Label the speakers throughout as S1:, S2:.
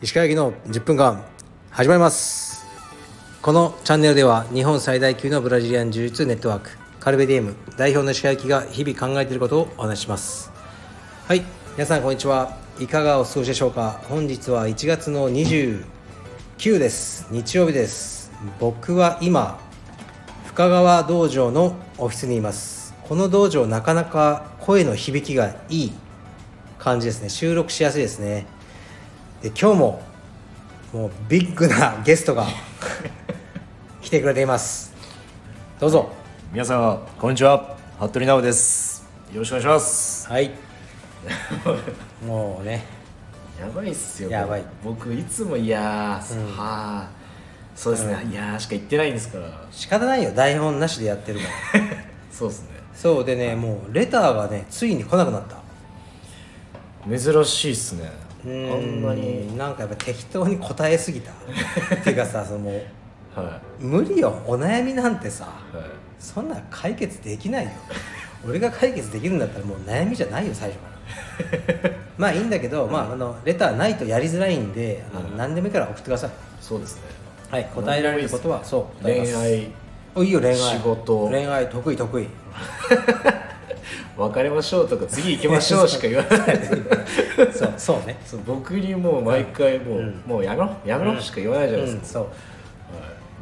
S1: 石川由紀の10分間始まりますこのチャンネルでは日本最大級のブラジリアン柔術ネットワークカルベディエム代表の石川由紀が日々考えていることをお話ししますはい皆さんこんにちはいかがお過ごしでしょうか本日は1月の29です日曜日です僕は今深川道場のオフィスにいますこの道場なかなか声の響きがいい感じですね収録しやすいですねで今日ももうビッグなゲス トが来てくれていますどうぞ
S2: 皆さんこんにちは服部直ですよろしくお願いします
S1: はい もうね
S2: やばいっすよ
S1: やばい
S2: 僕いつもいやー、はあそうですね、いやーしか言ってないんですから
S1: 仕方ないよ台本なしでやってるから
S2: そうです
S1: そうでねもうレターがねついに来なくなった
S2: ね珍しいっすねあ
S1: うん
S2: まり
S1: なんかやっぱ適当に答えすぎた っていうかさその
S2: はい
S1: 無理よお悩みなんてさ
S2: はい
S1: そんな解決できないよ俺が解決できるんだったらもう悩みじゃないよ最初から まあいいんだけど、まあ、あのレターないとやりづらいんで、あの何でもいいから送ってください
S2: そうですね
S1: はい答えられることはそう答えま
S2: 恋
S1: す
S2: 愛
S1: おいいよ恋愛
S2: 仕事
S1: 恋愛得意得意
S2: 別れましょうとか次行きましょうしか言わない
S1: そうそうね
S2: そう僕にもう毎回もう、もうやめろやめろしか言わないじゃないうです
S1: ん
S2: か、
S1: そう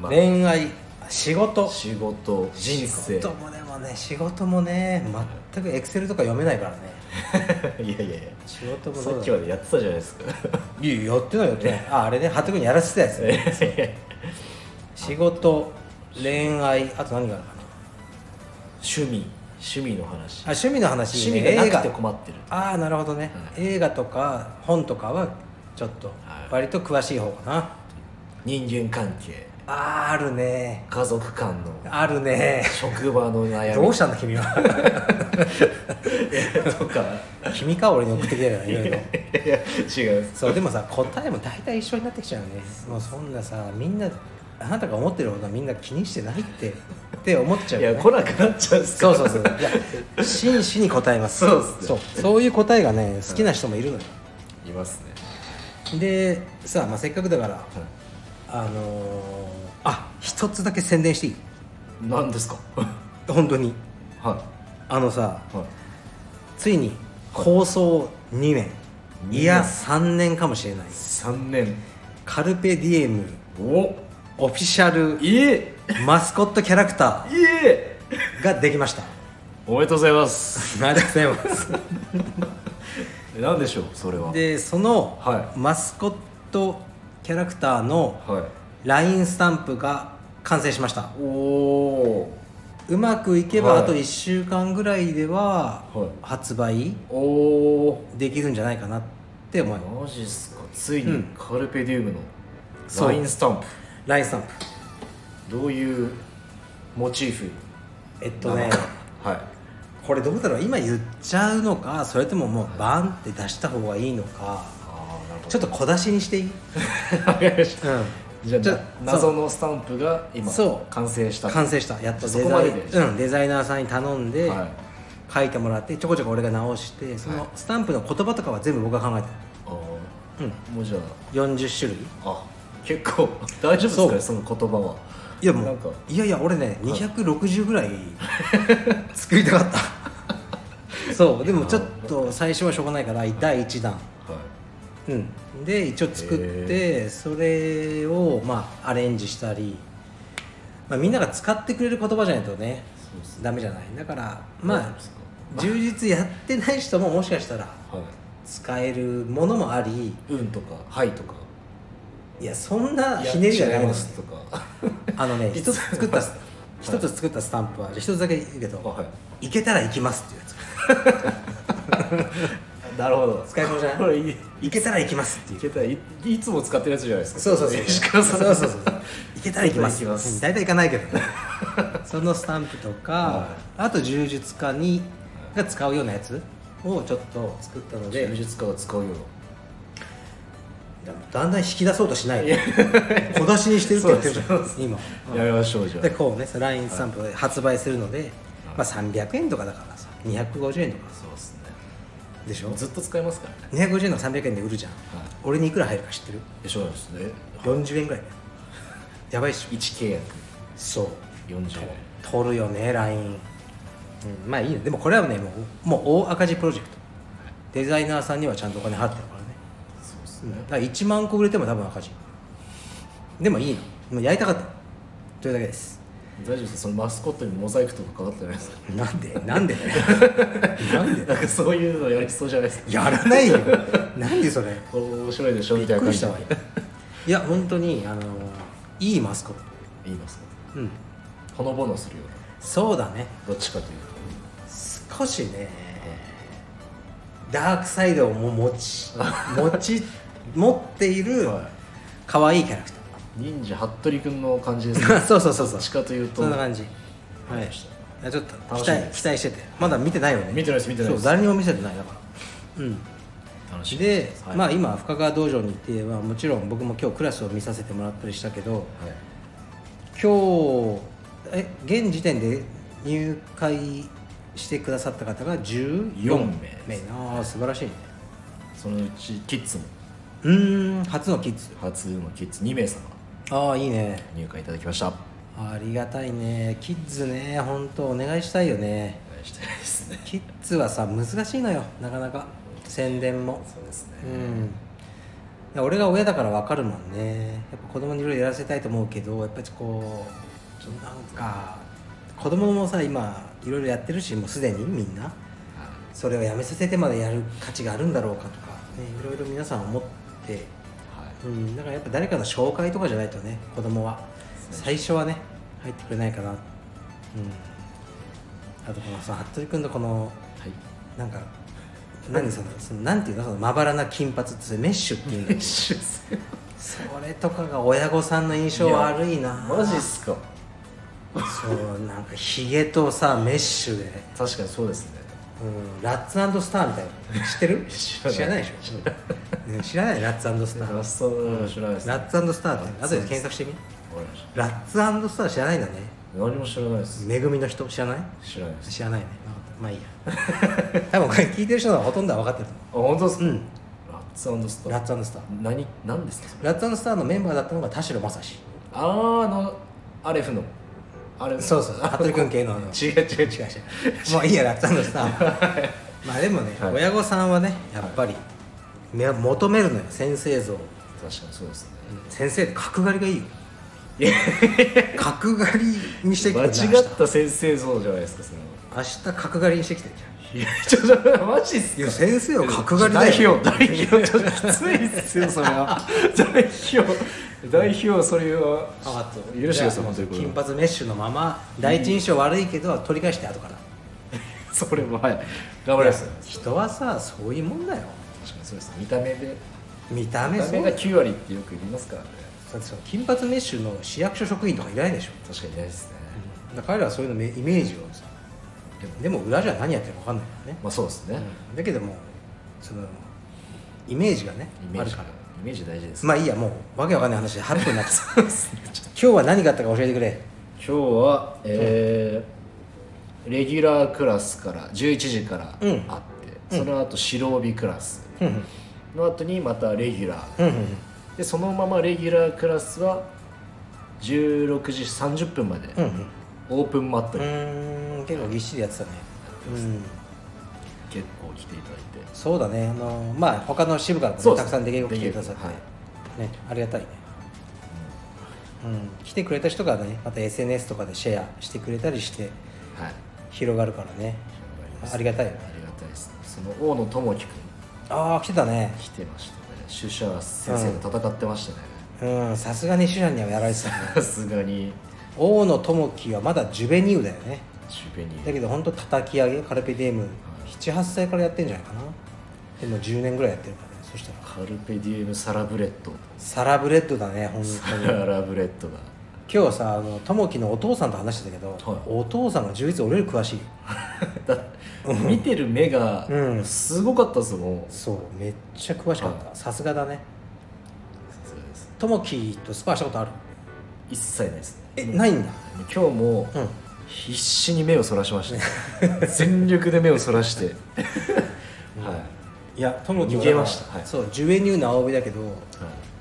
S2: まあ、
S1: 恋愛仕事
S2: 仕事人
S1: 仕
S2: 生
S1: 事もでもね仕事もね全くエクセルとか読めないからね
S2: いやいやいや
S1: 仕事も
S2: さ
S1: どうだ
S2: っきまでやってたじゃないですか
S1: いややってないやってないああれね服部君にやらせてたやつね仕事恋愛あと何があるかな
S2: 趣味趣味の話
S1: あ趣味の話
S2: 趣
S1: いいね、
S2: 味が
S1: 映
S2: な
S1: 画
S2: くて困ってる
S1: ああなるほどね、映画とか本とかはちょっと
S2: はい
S1: 割と詳しい方かな、
S2: 人間関係
S1: あーあるね
S2: 家族間の
S1: あるね
S2: 職場の悩み
S1: どうしたんだ君は
S2: とか
S1: 君か俺に送ってきたよいろいろ
S2: いや違う
S1: そうでもさ答えも大体一緒になってきちゃうよねもうそんなさみんなあなたが思ってることはみんな気にしてないってって思っちゃう
S2: い
S1: よ、
S2: や
S1: ね、
S2: 来なくなっちゃうんです
S1: そ
S2: か
S1: うそうそういや真摯に答えます
S2: そうっすね
S1: そうそういう答えがね好きな人もいるのよ、
S2: いますね
S1: でさあ、まあ、せっかくだから、あのーあ一つだけ宣伝していい
S2: 何ですか
S1: 本当に
S2: は
S1: あのさ
S2: いは
S1: ついに構想2年、
S2: 年
S1: いや3年かもしれない
S2: い3年
S1: カルペディエム
S2: お
S1: オフィシャル
S2: いえ
S1: マスコットキャラクタ
S2: いえ
S1: ーができ ました
S2: おめでとうございます
S1: ありがとうございます
S2: え何でしょうそれは
S1: でその、
S2: はい
S1: マスコットキャラクターの
S2: は
S1: LINE スタンプが完成しました
S2: いおお
S1: うまくいけば
S2: はい
S1: あと1週間ぐらいでは
S2: はい
S1: 発売
S2: おお
S1: できるんじゃないかなって思います
S2: マジっすかついうに
S1: ん
S2: カルペディウムの
S1: そう
S2: ラインスタンプ
S1: LINE スタンプ
S2: どういうモチーフ
S1: えっとね
S2: はい
S1: これどうだろう今言っちゃうのかそれとももうバンって出した方がいいのか
S2: ああなるほ
S1: ちょっと小出しにしていい、うん、
S2: じゃあ
S1: ちょ
S2: な
S1: そう
S2: 謎のスタンプが今
S1: そう
S2: 完成した
S1: 完成したやっと
S2: そ
S1: デ
S2: こ
S1: ザ
S2: ま
S1: イ
S2: で
S1: ン
S2: で
S1: うん、デザイナーさんに頼んで
S2: はい
S1: 書いてもらってちょこちょこ俺が直してそのスタンプの言葉とかは全部僕が考えた
S2: あー
S1: うん
S2: もうじゃ
S1: 40種類
S2: ああ結構 大丈夫ですか
S1: そう
S2: ねその言葉はい
S1: やも
S2: な
S1: うん
S2: か
S1: いやいや俺ね260ぐらい作りたか ったそうでもちょっと最初はしょうがないから第1弾
S2: はい
S1: うんで一応作ってそれをまあアレンジしたり、まあ、みんなが使ってくれる言葉じゃないとね
S2: そうです
S1: ダメじゃないだから
S2: そう
S1: ま
S2: ですか
S1: あ充実やってない人ももしかしたら
S2: はい
S1: 使えるものもあり
S2: うんとかはいとか
S1: いやそんなひねりじゃない
S2: ま
S1: ですす
S2: とか
S1: あ のね一つ作った一
S2: い
S1: つ作ったスタンプはじゃあ一つだけ言うけど、
S2: あはい
S1: けたら行きますっていうやつ
S2: なるほど
S1: 使い物じゃない
S2: これいい
S1: 行けたら行きますってい
S2: いうけたいいつも使ってるやつじゃないですか
S1: そうそうそう
S2: 石
S1: そう
S2: 川さん
S1: そうそうそう行けたら行きます
S2: 行けたら行きます
S1: うん大体行かないけどね そのスタンプとか、あと柔術家にが使うようなやつをちょっと作ったので
S2: 芸術家が使うような
S1: だんだん引き出そうとしない小出しにしてるって言ってるじゃ
S2: そうで
S1: ん
S2: す
S1: 今
S2: やめましょうじゃ
S1: でこうね LINE スタンプで発売するので、まあ、300円とかだからさ250円とか
S2: そうですね
S1: でしょ
S2: ずっと使えますからね
S1: 250円の300円で売るじゃん
S2: はい
S1: 俺にいくら入るか知ってる
S2: えそうなんですね
S1: 40円ぐらいやばいっしょ
S2: 1契約
S1: そう
S2: 40円
S1: 取るよね LINE、うん、まあいいねでもこれはねもうもう大赤字プロジェクトデザイナーさんにはちゃんとお金払ってるからね
S2: そうです
S1: うん
S2: ね
S1: だから1万個売れても多分赤字でもいいのもうやりたかったというだけです
S2: 大丈夫ですかそのマスコットにモザイクとかかかってないですか
S1: なんでなんで なんで
S2: なんかそういうのやりそうじゃないですか
S1: やらないよ何それ
S2: これ面白いでしょみ
S1: びった
S2: いな
S1: く
S2: 感
S1: り
S2: じ
S1: したわいや本当にあのいいマスコッ
S2: いいますか
S1: トうん
S2: ほのぼのするような
S1: そうだね
S2: どっちかという
S1: 少しねダークサイドをも持 ち持ち持っている可愛いキャラク
S2: と忍者服部君の感じです
S1: ター
S2: ね
S1: そうそうそうそ
S2: ど
S1: う
S2: っちかというと
S1: そんな感じ
S2: わ
S1: は
S2: か
S1: い
S2: りまし
S1: い
S2: た
S1: やちょっと
S2: 楽
S1: 期
S2: しみ
S1: 待
S2: で
S1: 期待しててまだ見てないよね
S2: 見てないです見てない
S1: そ
S2: で
S1: う
S2: す
S1: 誰にも見せてないだからうん
S2: 楽しみ
S1: で、
S2: はい
S1: まあ今深川道場に行ってはもちろん僕も今日クラスを見させてもらったりしたけど
S2: はい
S1: 今日え現時点で入会してくださった方が14
S2: 14
S1: 名
S2: 名
S1: ああ素晴らしいね
S2: そのうちキッズも
S1: うーん初のキッズ
S2: 初のキッズ2名様
S1: ああいいね
S2: 入会いただきましたお
S1: ありがたいねキッズね本当お願いしたいよね
S2: 願いしてないですね
S1: キッズはさ難しいのよなかなか宣伝も
S2: そうですね
S1: うんいや俺が親だから分かるもんねやっぱ子供にいろいろやらせたいと思うけどやっぱりこうちょっとなんか子供もさ今いろいろやってるしもうすでにみんなそれをやめさせてまでやる価値があるんだろうかとかねいろいろ皆さん思って
S2: はい
S1: うんだからやっぱ誰かの紹介とかじゃないとね子供は最初はね入ってくれないかなうんあとこのさ服部君のこの
S2: はい
S1: なんか何そのそのなんていうのそのまばらな金髪ってそれメッシュっていうんだけどそれとかが親御さんの印象悪いな
S2: マジっすか
S1: そうなんかヒゲとさメッシュで、
S2: 確かにそうですね
S1: うん、ラッツスターみたいな知ってる
S2: 知らない
S1: でしょ、ね知らないラッツスタ
S2: ラ
S1: ー
S2: ストの知らないですね
S1: ラッツスター って後で検索してみ
S2: わかりました
S1: ラッツスター知らないんだね
S2: 何も知らないです
S1: めぐみの人知らない
S2: 知らないです
S1: 知らないねなかったまあいいや 多分これ聞いてる人はほとんどは分かってると思
S2: あ本当ですか、
S1: うん
S2: ラッツスタ
S1: う
S2: ー
S1: ラッツスター
S2: 何何ですかそれ
S1: ラッツスターのメンバーだったのが田代正史
S2: あーあのアレフのあれ
S1: そうそう服部君系のあの
S2: 違う違う
S1: 違う
S2: 違う
S1: 違うもういいやラッツのさ まあでもね、
S2: はい
S1: 親御さんはねやっぱり、め求めるのよ先生像
S2: 確かにそうですね、
S1: 先生って角刈りがいいよ角刈りにしてきて
S2: 間
S1: る
S2: 違った先生像じゃないですかその
S1: 明日明日角刈りにしてきてるじゃん
S2: いやちょっとマジっす
S1: い
S2: か
S1: や先生は角刈りだ
S2: 代
S1: よ
S2: 表代表ちょっときついっすよそれは代表代表それは
S1: あと
S2: 許してください本当にこれ
S1: 金髪メッシュのまま第一印象悪いけど取り返して後から
S2: それもはい頑張ります
S1: いや人はさそういうもんだよ
S2: 確かにそうです見た目で
S1: 見た
S2: 見
S1: 目
S2: た
S1: そ
S2: 目
S1: うだよ
S2: が9割ってよく言いますからね
S1: だってその金髪メッシュの市役所職員とかいないでしょ
S2: 確かにないですね、
S1: だから彼らはそういうのめイメージをさ
S2: でも
S1: でも裏じゃ何やってるか分かんないからね、
S2: まあそうですね、
S1: だけどもそのイメージがね
S2: イメ
S1: あ
S2: ー
S1: る
S2: ジ
S1: から
S2: イメージ大事ですね
S1: まあいいやもうわけわかんない話で8分になってた
S2: そうっすねちょっ
S1: 今日は何があったか教えてくれ
S2: と今日はえーレギュラークラスから11時から
S1: うん
S2: あって、その後白帯クラス
S1: うんうん
S2: の後にまたレギュラー
S1: うん
S2: でそのままレギュラークラスは16時30分まで、
S1: うんうん
S2: オープンマット
S1: う
S2: に
S1: ーん結構ぎっしりやってたねうん
S2: 結構来ていただいて、
S1: そうだねあのまあ他の支部からもね
S2: そうで
S1: た
S2: す
S1: くさん出稽古来てくださって、
S2: 出稽
S1: ねありがたいねうん来てくれた人がねまた SNS とかでシェアしてくれたりして
S2: はい
S1: 広がるからねありがたいよね
S2: ありがたいですその大野智樹君
S1: ああ来てたね
S2: 来てましたね出社先生と戦ってましたね、
S1: うんさすがに手段にはやられてたね
S2: さすがに
S1: 大野智樹はまだジュベニウだよね
S2: シュベニ
S1: だけど本当叩き上げカルペディエム78歳からやってんじゃないかなでも10年ぐらいやってるからねそしたら
S2: カルペディエムサラブレッド
S1: サラブレッドだね本当 に
S2: サラブレッ ドが
S1: 今日さあの智樹のお父さんと話してたけど、
S2: はい
S1: お父さんが充実俺より詳しいよ
S2: だ見てる目が
S1: うん
S2: すごかったですもん、さ
S1: そうめっちゃ詳しかったさすがだね
S2: すがです
S1: 智樹とスパーしたことある
S2: 一切ないですね
S1: えないんだ
S2: 今日も
S1: うん
S2: 必死に目をそらしました全力で目をそらしてはい
S1: やともき
S2: 逃げましたはい
S1: そう10円入の青帯だけど
S2: い、は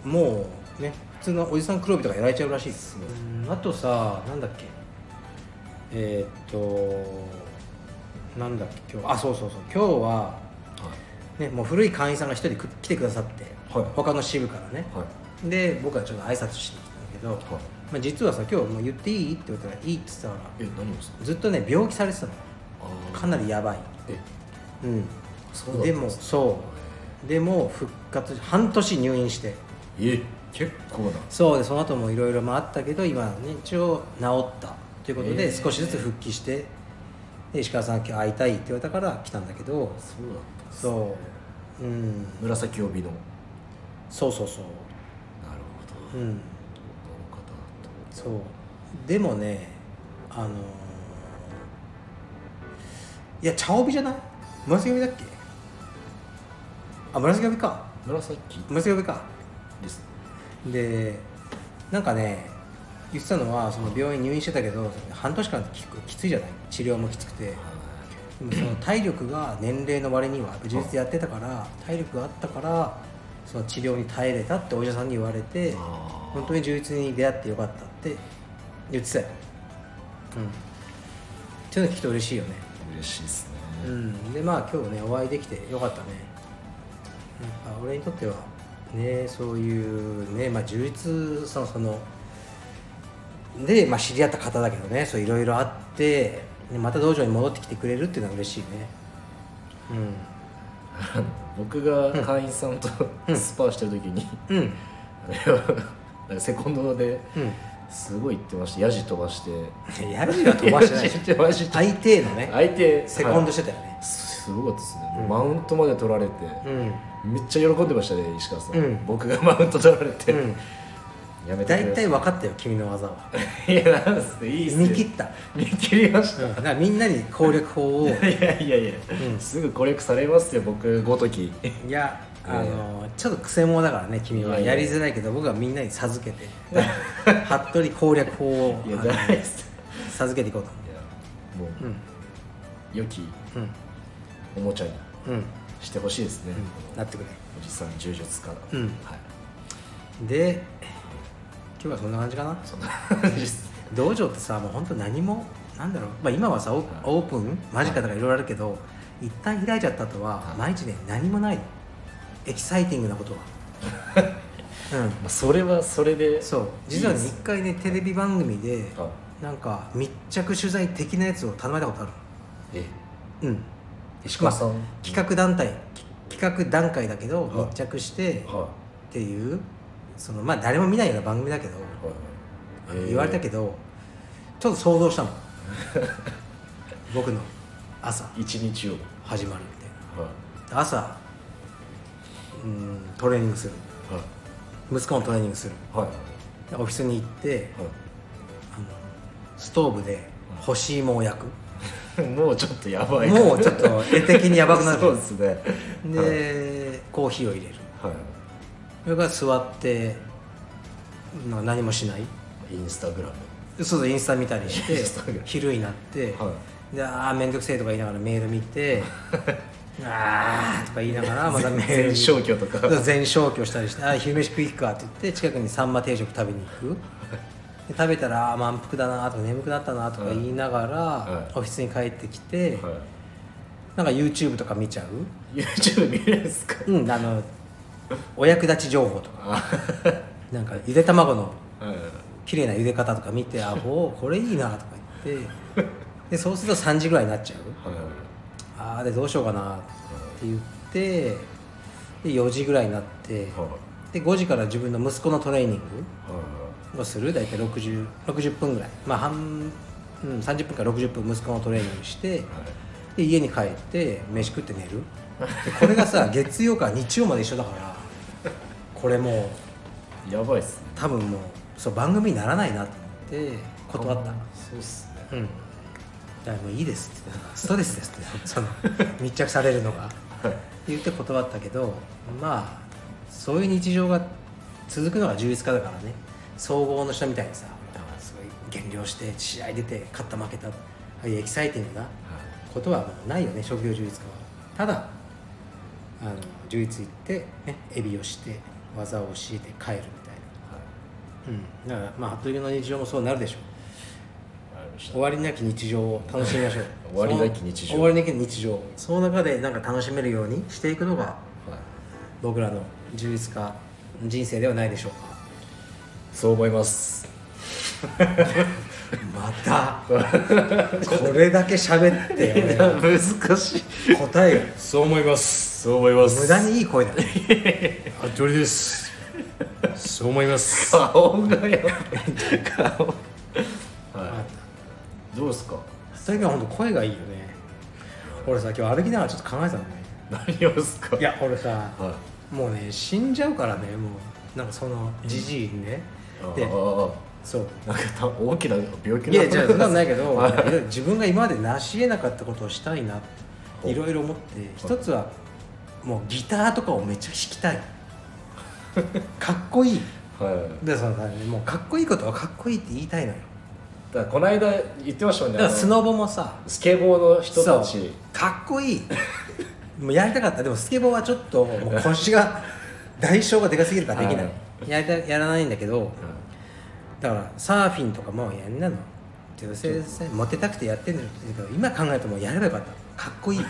S2: い
S1: もうね普通のおじさん黒帯とかやられちゃうらしいですあとさなんだっけえーっとなんだっけ今日あそうそうそう今日は、ね、もう古い会員さんが一人く来てくださって、
S2: はい
S1: 他の支部からね、
S2: はい
S1: で僕はちょっと挨拶しに来たんだけど、
S2: はい
S1: まあ、実はさ今日もう言っていいって言ったらいいって言ってたか
S2: え何をですから
S1: ずっとね病気されてたの
S2: あ
S1: かなりやばい、
S2: え
S1: うん、
S2: そうだった
S1: で
S2: ん
S1: も
S2: すね
S1: そうでも復活半年入院して
S2: え結構な
S1: そうでその後もいろいろあったけど今ね一応治ったということ
S2: へ
S1: で
S2: え
S1: 少しずつ復帰してで石川さん今日会いたいって言われたから来たんだけど
S2: そうだった
S1: そう、うん、
S2: 紫帯のなる
S1: そうそうそうう
S2: ほど、
S1: ん
S2: この方だっ
S1: そうでもねあのーいや茶帯じゃない紫帯だっけあ紫帯か
S2: た紫
S1: 紫帯か
S2: です
S1: でなんかね言ってたのはその病院入院してたけど半年間ききついじゃない治療もきつくてでもその体力が年齢の割にはやっぱ充実やってたから体力があったからその治療に耐えれたってお医者さんに言われて
S2: あー
S1: 本当に充実に出会ってよかったって言ってたようんっていうの聞くと嬉しいよね
S2: 嬉しいですね、
S1: うんでまあ今日ねお会いできてよかったねやっぱ俺にとってはねそういうねまあ充実そのそので、まあ、知り合った方だけどねそういろいろあってでまた道場に戻ってきてくれるっていうのは嬉しいね
S2: 僕が会員さんとスパーしてる時に、
S1: うんうん
S2: あれはなんかセコンドで
S1: う
S2: すごい言ってましたヤジ飛ばして
S1: んやるには飛ばしてない
S2: ヤ ジ飛ばして
S1: 相手のね
S2: 相手
S1: セコンド
S2: は
S1: してたよね
S2: いすごかったですね、マウントまで取られて、
S1: うん
S2: めっちゃ喜んでましたね石川さん、
S1: うん
S2: 僕がマウント取られて、
S1: うん
S2: やめて
S1: 大
S2: く
S1: 体
S2: だ
S1: 分かったよ君の 技は
S2: さいいやなんすねいいっすね
S1: 見切った
S2: 見切りました、
S1: だからみんなに攻略 法を
S2: いやいやいや、すぐ攻略されますよ僕ごとき
S1: いや、
S2: ええ
S1: あのちょっと癖者だからね君はい
S2: や
S1: や
S2: いや
S1: りづらいけど僕はみんなに授け て服部攻略法を
S2: いや
S1: あの
S2: 大好きです
S1: 授けていこうと
S2: いやもう、
S1: うん
S2: 良き
S1: うん
S2: おもちゃに
S1: うん
S2: してほしいですね、この
S1: なってく
S2: おじさん柔術家
S1: うん
S2: はい
S1: れで今日はそんな感じかな
S2: そんな感じです
S1: 道場ってさもう本当何もなんだろう、まあ、今はさオーオープン間近とかいろいろあるけど、一旦開いちゃった後は
S2: はい
S1: 毎日ね何もないのエキサイティングなことはうん
S2: まあそれはそれで
S1: そう実はね一回ねテレビ番組でなんか密着取材的なやつを頼まれたことあ
S2: え
S1: るうん
S2: 石川さん、
S1: まあ企画団体き企画段階だけど
S2: はい
S1: 密着して
S2: はいは
S1: っていうそのまあ誰も見ないような番組だけど
S2: いはい
S1: 言われた
S2: ど
S1: けどちょっと想像 したの僕の朝
S2: 一日をは
S1: 始まるみたいな朝うんトレーニングする
S2: いは
S1: 息子もトレーニングする
S2: いはい
S1: でオフィスに行って
S2: は
S1: あのストーブで干し芋を焼く
S2: い もうちょっとやばい
S1: もうちょっと絵的にやばくなる
S2: そうですねはい
S1: でコーヒーを入れる
S2: は
S1: それから座ってな何もしない
S2: いインスタグラム
S1: そうそうインスタ見たりし
S2: イ
S1: て
S2: ンスタ見る
S1: 昼になって、
S2: は
S1: でああ面倒くせえとか言いながらメール見 てああとか言いながらまたメール
S2: 全
S1: 見
S2: 消去とか
S1: そう全消去したりしてあー昼飯食い行くかって言って近くにサンマ定食食べに行くで食べたらあー満腹だなとか眠くなったなとか言いながら、
S2: はい
S1: オフィスに帰ってきて、
S2: は
S1: なんか YouTube とか見ちゃう
S2: い YouTube 見れるんですか
S1: うんあのお役立ち情報とか
S2: あ
S1: なんかゆで卵の
S2: はい
S1: 綺麗な茹で方とか見てあおーこれいいなとか言ってでそうすると3時ぐらいになっちゃう
S2: はい
S1: ああでどうしようかなって言ってで4時ぐらいになって
S2: は
S1: で5時から自分の息子のトレーニン
S2: いはい
S1: グをする大体 60, 60分ぐらいまあ半、うん、30分から60分息子のトレーニングしてで家に帰って飯食って寝るでこれがさ月曜から日曜まで一緒だからこれもう
S2: やばいっすね
S1: 多分もうそう番組にならないなと思って断った
S2: そうっすね
S1: うん、だからもういいですってストレスですって その密着されるのが言って断ったけどまあそういう日常が続くのが充実家だからね総合の人みたいにさ
S2: あすごい
S1: 減量して試合出て勝った負けたああいうエキサイティングなことはもうないよね職業充実家はただあの充実行って、ね、エビをして技を教えて帰るみたいな、うん、だからまあ服部の日常もそうなるでしょう
S2: わかりました
S1: 終わりなき日常を楽しみましょう
S2: 終わりなき日常
S1: その終わりなき日常その中でなんか楽しめるようにしていくのが
S2: はい
S1: 僕らの充実家人生ではないでしょうか
S2: そう思います
S1: ま たこれだけ喋って俺ら
S2: 難しい
S1: 答えが
S2: そう思いますそう思います
S1: 無駄にいい声だね
S2: 服部ですそう思います顔がや顔はいどうですか
S1: 最近は本当声がいいよね俺さ今日歩きながらちょっと考えてたのね
S2: 何をですか
S1: いや俺さ
S2: は
S1: もうね死んじゃうからねもうなんかそのじじいにね
S2: い
S1: で
S2: ああ
S1: そう
S2: あなんかた大きな病気
S1: いやじゃあそんな
S2: な
S1: のないけ ど
S2: はい
S1: いろいろ自分が今まで成し得なかったことをしたいな
S2: ほう
S1: いろいろ思って一つはもうギターとかをめっちゃ弾き たいかっこいい
S2: はい
S1: でそのさもうかっこいいことはかっこいいって言いたいのよ
S2: だからこの間言ってましたもん
S1: だ
S2: ね
S1: から
S2: あの
S1: スノボもさ
S2: スケボーの人た
S1: そ
S2: ち
S1: うかっこいいもうやりたかったでもスケボーはちょっともう腰 が代償がでかすぎるからできない、
S2: は
S1: やりたやらないんだけど
S2: うん
S1: だからサーフィンとかもやんなの女性さモテたくてやってんだけど今考えるともうやればよかったかっこいい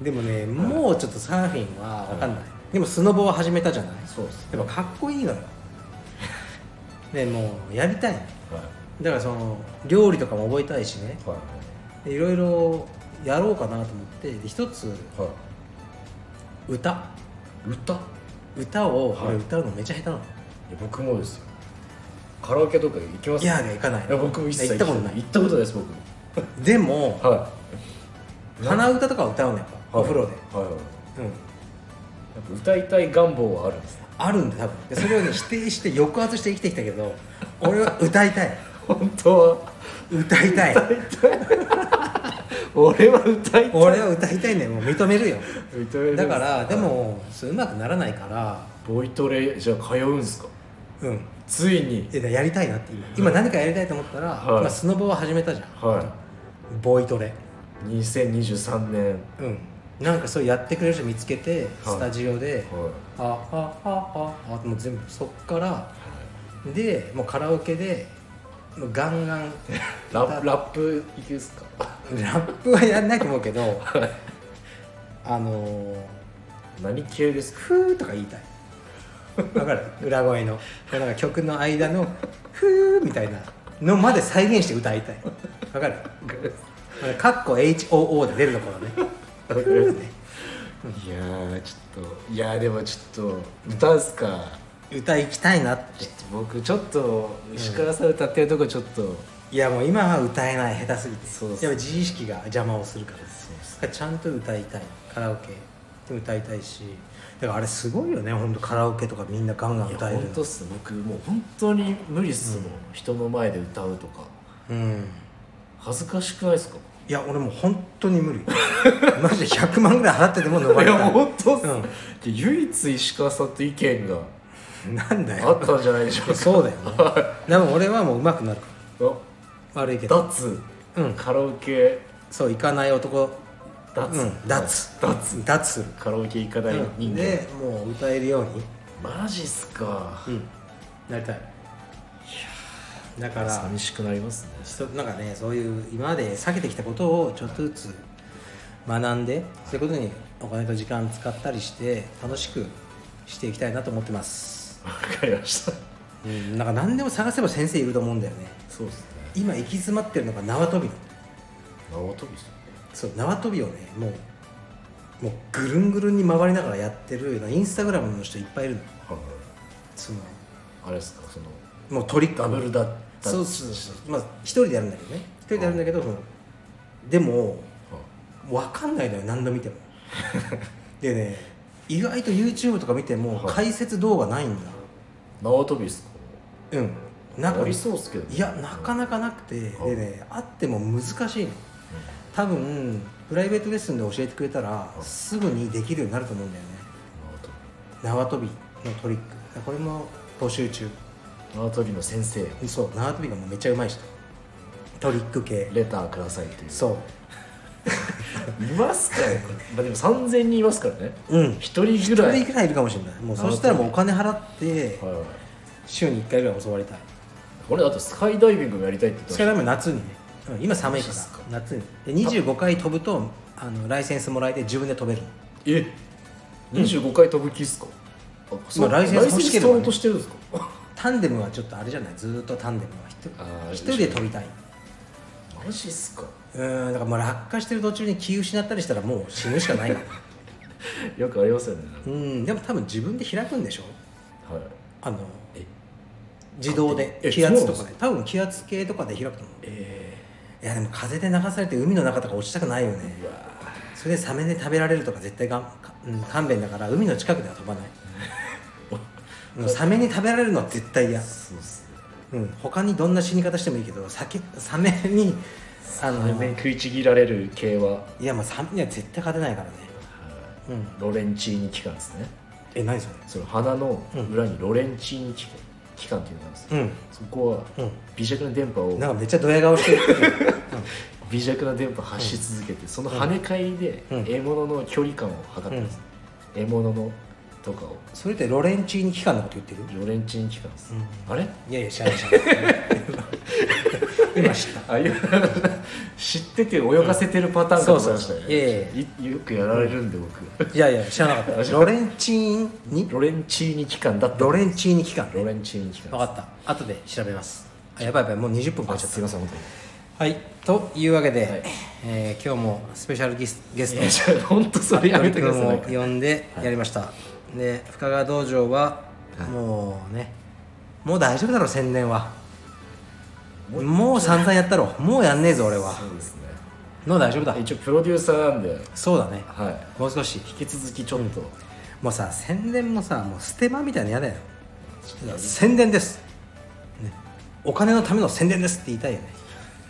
S1: でもねもうちょっとサーフィンは分かんない、でもスノボは始めたじゃない
S2: そうです
S1: やっぱかっこいいのよでもうやりたい
S2: はい
S1: だからその料理とかも覚えたいしね
S2: はい
S1: でいろいろやろうかなと思ってで一つ
S2: はい
S1: 歌
S2: 歌い
S1: 歌を、
S2: はい
S1: 俺歌うのめっちゃ下手なの
S2: や僕もですよカラオケとか行きます
S1: いやいや行かない
S2: いや僕も一切
S1: 行ったことない
S2: 行ったことないです僕
S1: でも
S2: は
S1: 鼻歌とかは歌うのやっぱ、
S2: い
S1: お風呂で、
S2: はいは
S1: う
S2: い
S1: ん、
S2: やっぱ歌いたい願望はあるんですね
S1: あるんで多分でそれをね否定して抑圧して生きてきたけど俺は歌いたい
S2: 本当は
S1: 歌いたい
S2: 俺は歌いたい
S1: 俺は歌いたいねもう認めるよ
S2: 認める
S1: だからでもそううまくならないから
S2: ボイトレじゃあ通うんですか
S1: うん
S2: ついに
S1: いややりたいなって今今何かやりたいと思ったら、
S2: はい
S1: 今スノボを始めたじゃん
S2: は
S1: ボイトレ
S2: い2023年
S1: うんなんかそうやってくれる人見つけて
S2: はい
S1: スタジオで、
S2: は
S1: あああああもう全部そっからでもうカラオケでもうガン ガン
S2: いララップいけですか
S1: ラップはやんないと思うけどあのー
S2: 何系です
S1: 「
S2: か
S1: ふー」とか言いたいわかる裏声のこうなんか曲の間の「ふー」みたいなのまで再現して歌いたいわかるあれカッコ HOO で出るところね「ふー」ね
S2: いやーちょっといやーでもちょっと歌うっすか、
S1: 歌いきたいなって
S2: 僕ちょっと石川さん歌ってるとこちょっと、
S1: いやもう今は歌えない下手すぎて
S2: そうそ
S1: や
S2: う
S1: っぱ自意識が邪魔をするから
S2: そうっす
S1: だからちゃんと歌いたいカラオケで歌いたいしだからあれすごいよね本当カラオケとかみんなガンガン歌える
S2: 本当っす僕もう本当に無理っすもん、人の前で歌うとか
S1: うん
S2: 恥ずかしくないっすか
S1: いや俺もう本当に無理 マジで100万ぐらい払ってでも飲まれた
S2: 当っ
S1: うん
S2: で唯一石川さんと意見が
S1: なんだ
S2: あ
S1: よ
S2: ったんじゃないでしょうか
S1: そうだよねでも俺はもう上手くなる悪いけど
S2: 脱、
S1: うん
S2: カラオケ
S1: そう行かない男
S2: 脱、
S1: うん脱
S2: 脱
S1: 脱する
S2: カラオケ行かない
S1: うん
S2: 人間、
S1: でもう歌えるように
S2: マジっすか、
S1: うんなりたいだから
S2: 寂しくなりますね
S1: 人なんかねそういう今まで避けてきたことをちょっとずつ学んでそういうことにお金と時間使ったりして楽しくしていきたいなと思ってます、
S2: わかりました
S1: うん、なんか何でも探せば先生いると思うんだよね
S2: そうっすね
S1: 今行き詰まってるのが縄跳び
S2: 縄跳びっすね
S1: そう縄跳びをねもうもうぐるんぐるんに回りながらやってるインスタグラムの人いっぱいいるの
S2: はい
S1: その
S2: あれっすかその
S1: もうトリック
S2: ダブルダッダッ
S1: そうそうそうまあ一人でやるんだけどね一人でやるんだけど、そのでも
S2: はい
S1: 分かんないのよ何度見て もでね意外と YouTube とか見ても
S2: はい
S1: 解説動画ないんだ、
S2: 縄跳びっすか
S1: うんなんか
S2: ありそうっすけどね
S1: いやなかなかなくて、
S2: はい
S1: でねあっても難しいの多分プライベートレッスンで教えてくれたら
S2: い
S1: すぐにできるようになると思うんだよね
S2: 縄跳び
S1: 縄跳びのトリックこれも募集中
S2: 縄跳びの先生
S1: そう縄跳びがもうめっちゃうまい人トリック系
S2: レターくださいっていう
S1: そ
S2: いますかね、まあ、でも3000人いますからね
S1: ううん
S2: 一人
S1: 1
S2: ぐらい
S1: 人ぐらいいるかもしれないもう
S2: 縄跳び
S1: そしたらもうお金払って
S2: はいはい
S1: 週に1回ぐらい教わりたい
S2: 俺だってスカイダイビングもやりたいって言ってま
S1: そ
S2: した
S1: れ
S2: よ
S1: はもう夏にね、うん、今寒いか
S2: マジっすから
S1: 夏にで25回飛ぶとあのライセンスもらえて自分で飛べる
S2: え25回飛ぶ気っすか、あそう
S1: ライセンス欲しければね
S2: ライセンス取ろうとしてるんですか
S1: タンデムはちょっとあれじゃないずーっとタンデムは一人
S2: あー
S1: 一人で飛びたい
S2: マジっすか
S1: うんだからもう落下してる途中に気失ったりしたらもう死ぬしかないから
S2: よくありますよね、
S1: うんでも多分自分で開くんでしょ
S2: はい
S1: あの
S2: え
S1: 自動で
S2: え
S1: 気圧と
S2: そ
S1: か
S2: うなん
S1: で多分気圧計とかで開くと思う
S2: え
S1: いやでも風で流されて海の中とか落ちたくないよね
S2: ー、うわ
S1: それでサメで食べられるとか絶対がんか、うん、勘弁だから海の近くでは飛ばないうんサメに食べられるのは絶対嫌
S2: ーそうっすね
S1: うん他にどんな死に方してもいいけど酒サメにあの
S2: 全面食いちぎられる系は、はい
S1: やまあサメには絶対勝てないからねうん
S2: いロレンチーニ期間ですね
S1: え何そ
S2: その鼻の裏にロレンチーニ期間期間っていうのがあるんですよ、
S1: れうん
S2: そこは
S1: うん
S2: 微弱な電波を
S1: なんかめっちゃドヤ顔してる
S2: 微弱な電波発し続けて、その跳ね返りで
S1: うん
S2: 獲物の距離感を測ってます、獲物のとかを
S1: それってロレンチーニ期間のこと言ってる
S2: ロレンチーニ期間です、あれ
S1: いやいや知らない知らない 今知った
S2: あいや知ってて泳がせてるパターンかと思いましたね、
S1: うんそうそういやいや
S2: いよくやられるんで僕、
S1: いやいや知らなかったロレンチーニ
S2: ロレンチーニ期間だった
S1: ロレンチーニ期間
S2: ロレンチーニ期
S1: 分
S2: 間
S1: かった後で調べますあやばいやばいもう20分超え
S2: あ
S1: ちゃっ
S2: す
S1: た
S2: いません本当に
S1: はいというわけで、
S2: はい
S1: えー今日もスペシャルゲスゲスト
S2: いやじゃあ本当それやめてください
S1: 鳥君を呼んでやりました、で深川道場はもうねもう大丈夫だろ宣伝はもう散々やったろもうやんねえぞ俺は
S2: そうですね
S1: の大丈夫だ
S2: 一応プロデューサーなんで
S1: そうだね
S2: は
S1: もう少し
S2: い引き続きちょっと、
S1: もうさ宣伝もさもうステマみたいなの嫌だよ宣伝です、ね、お金のための宣伝ですって言いたいよね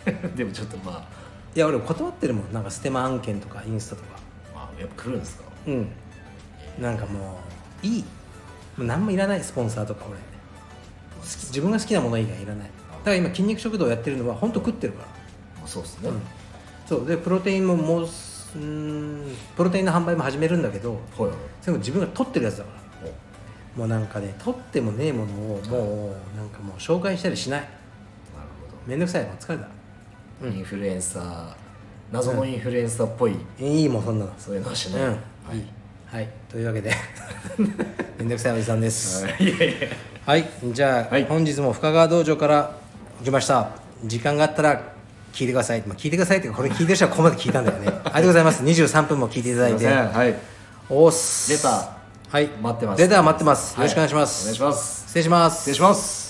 S2: でもちょっとまあ
S1: いや俺断ってるもんなんかステマ案件とかインスタとか
S2: まあやっぱ来るんですか
S1: うんなんかもういいもう何もいらないスポンサーとか俺好き自分が好きなもの以外いらないだから今筋肉食堂やってるのは本当食ってるから
S2: まあそうですね、
S1: そうでプロテインももうすうーんプロテインの販売も始めるんだけど
S2: はいはい
S1: それも自分が取ってるやつだから
S2: お
S1: もうなんかね取ってもねえものをもうなんかもう紹介したりしない
S2: なる
S1: めんどくさいもう疲れた
S2: ほど、インフルエンサー謎のインフルエンサーっぽい、
S1: いいもうそんなの
S2: そういうのはし
S1: う
S2: ない、
S1: ん、
S2: はい
S1: いいはいというわけで めんどくさいおじさんです、
S2: いやいや
S1: はい、じゃあ、
S2: はい
S1: 本日も深川道場から来ました。時間があったら聞いてください。まあ、聞いてくださいっていうか、これ聞いてる人はここまで聞いたんだよ ね。ありがとうございます。23分も聞いていただい
S2: すいま
S1: て。
S2: せんはい
S1: おっす。
S2: レター
S1: はい。
S2: 待ってます
S1: レター待ってます。
S2: は
S1: よろしくお願いします。
S2: お願いします
S1: 失礼します。
S2: 失礼します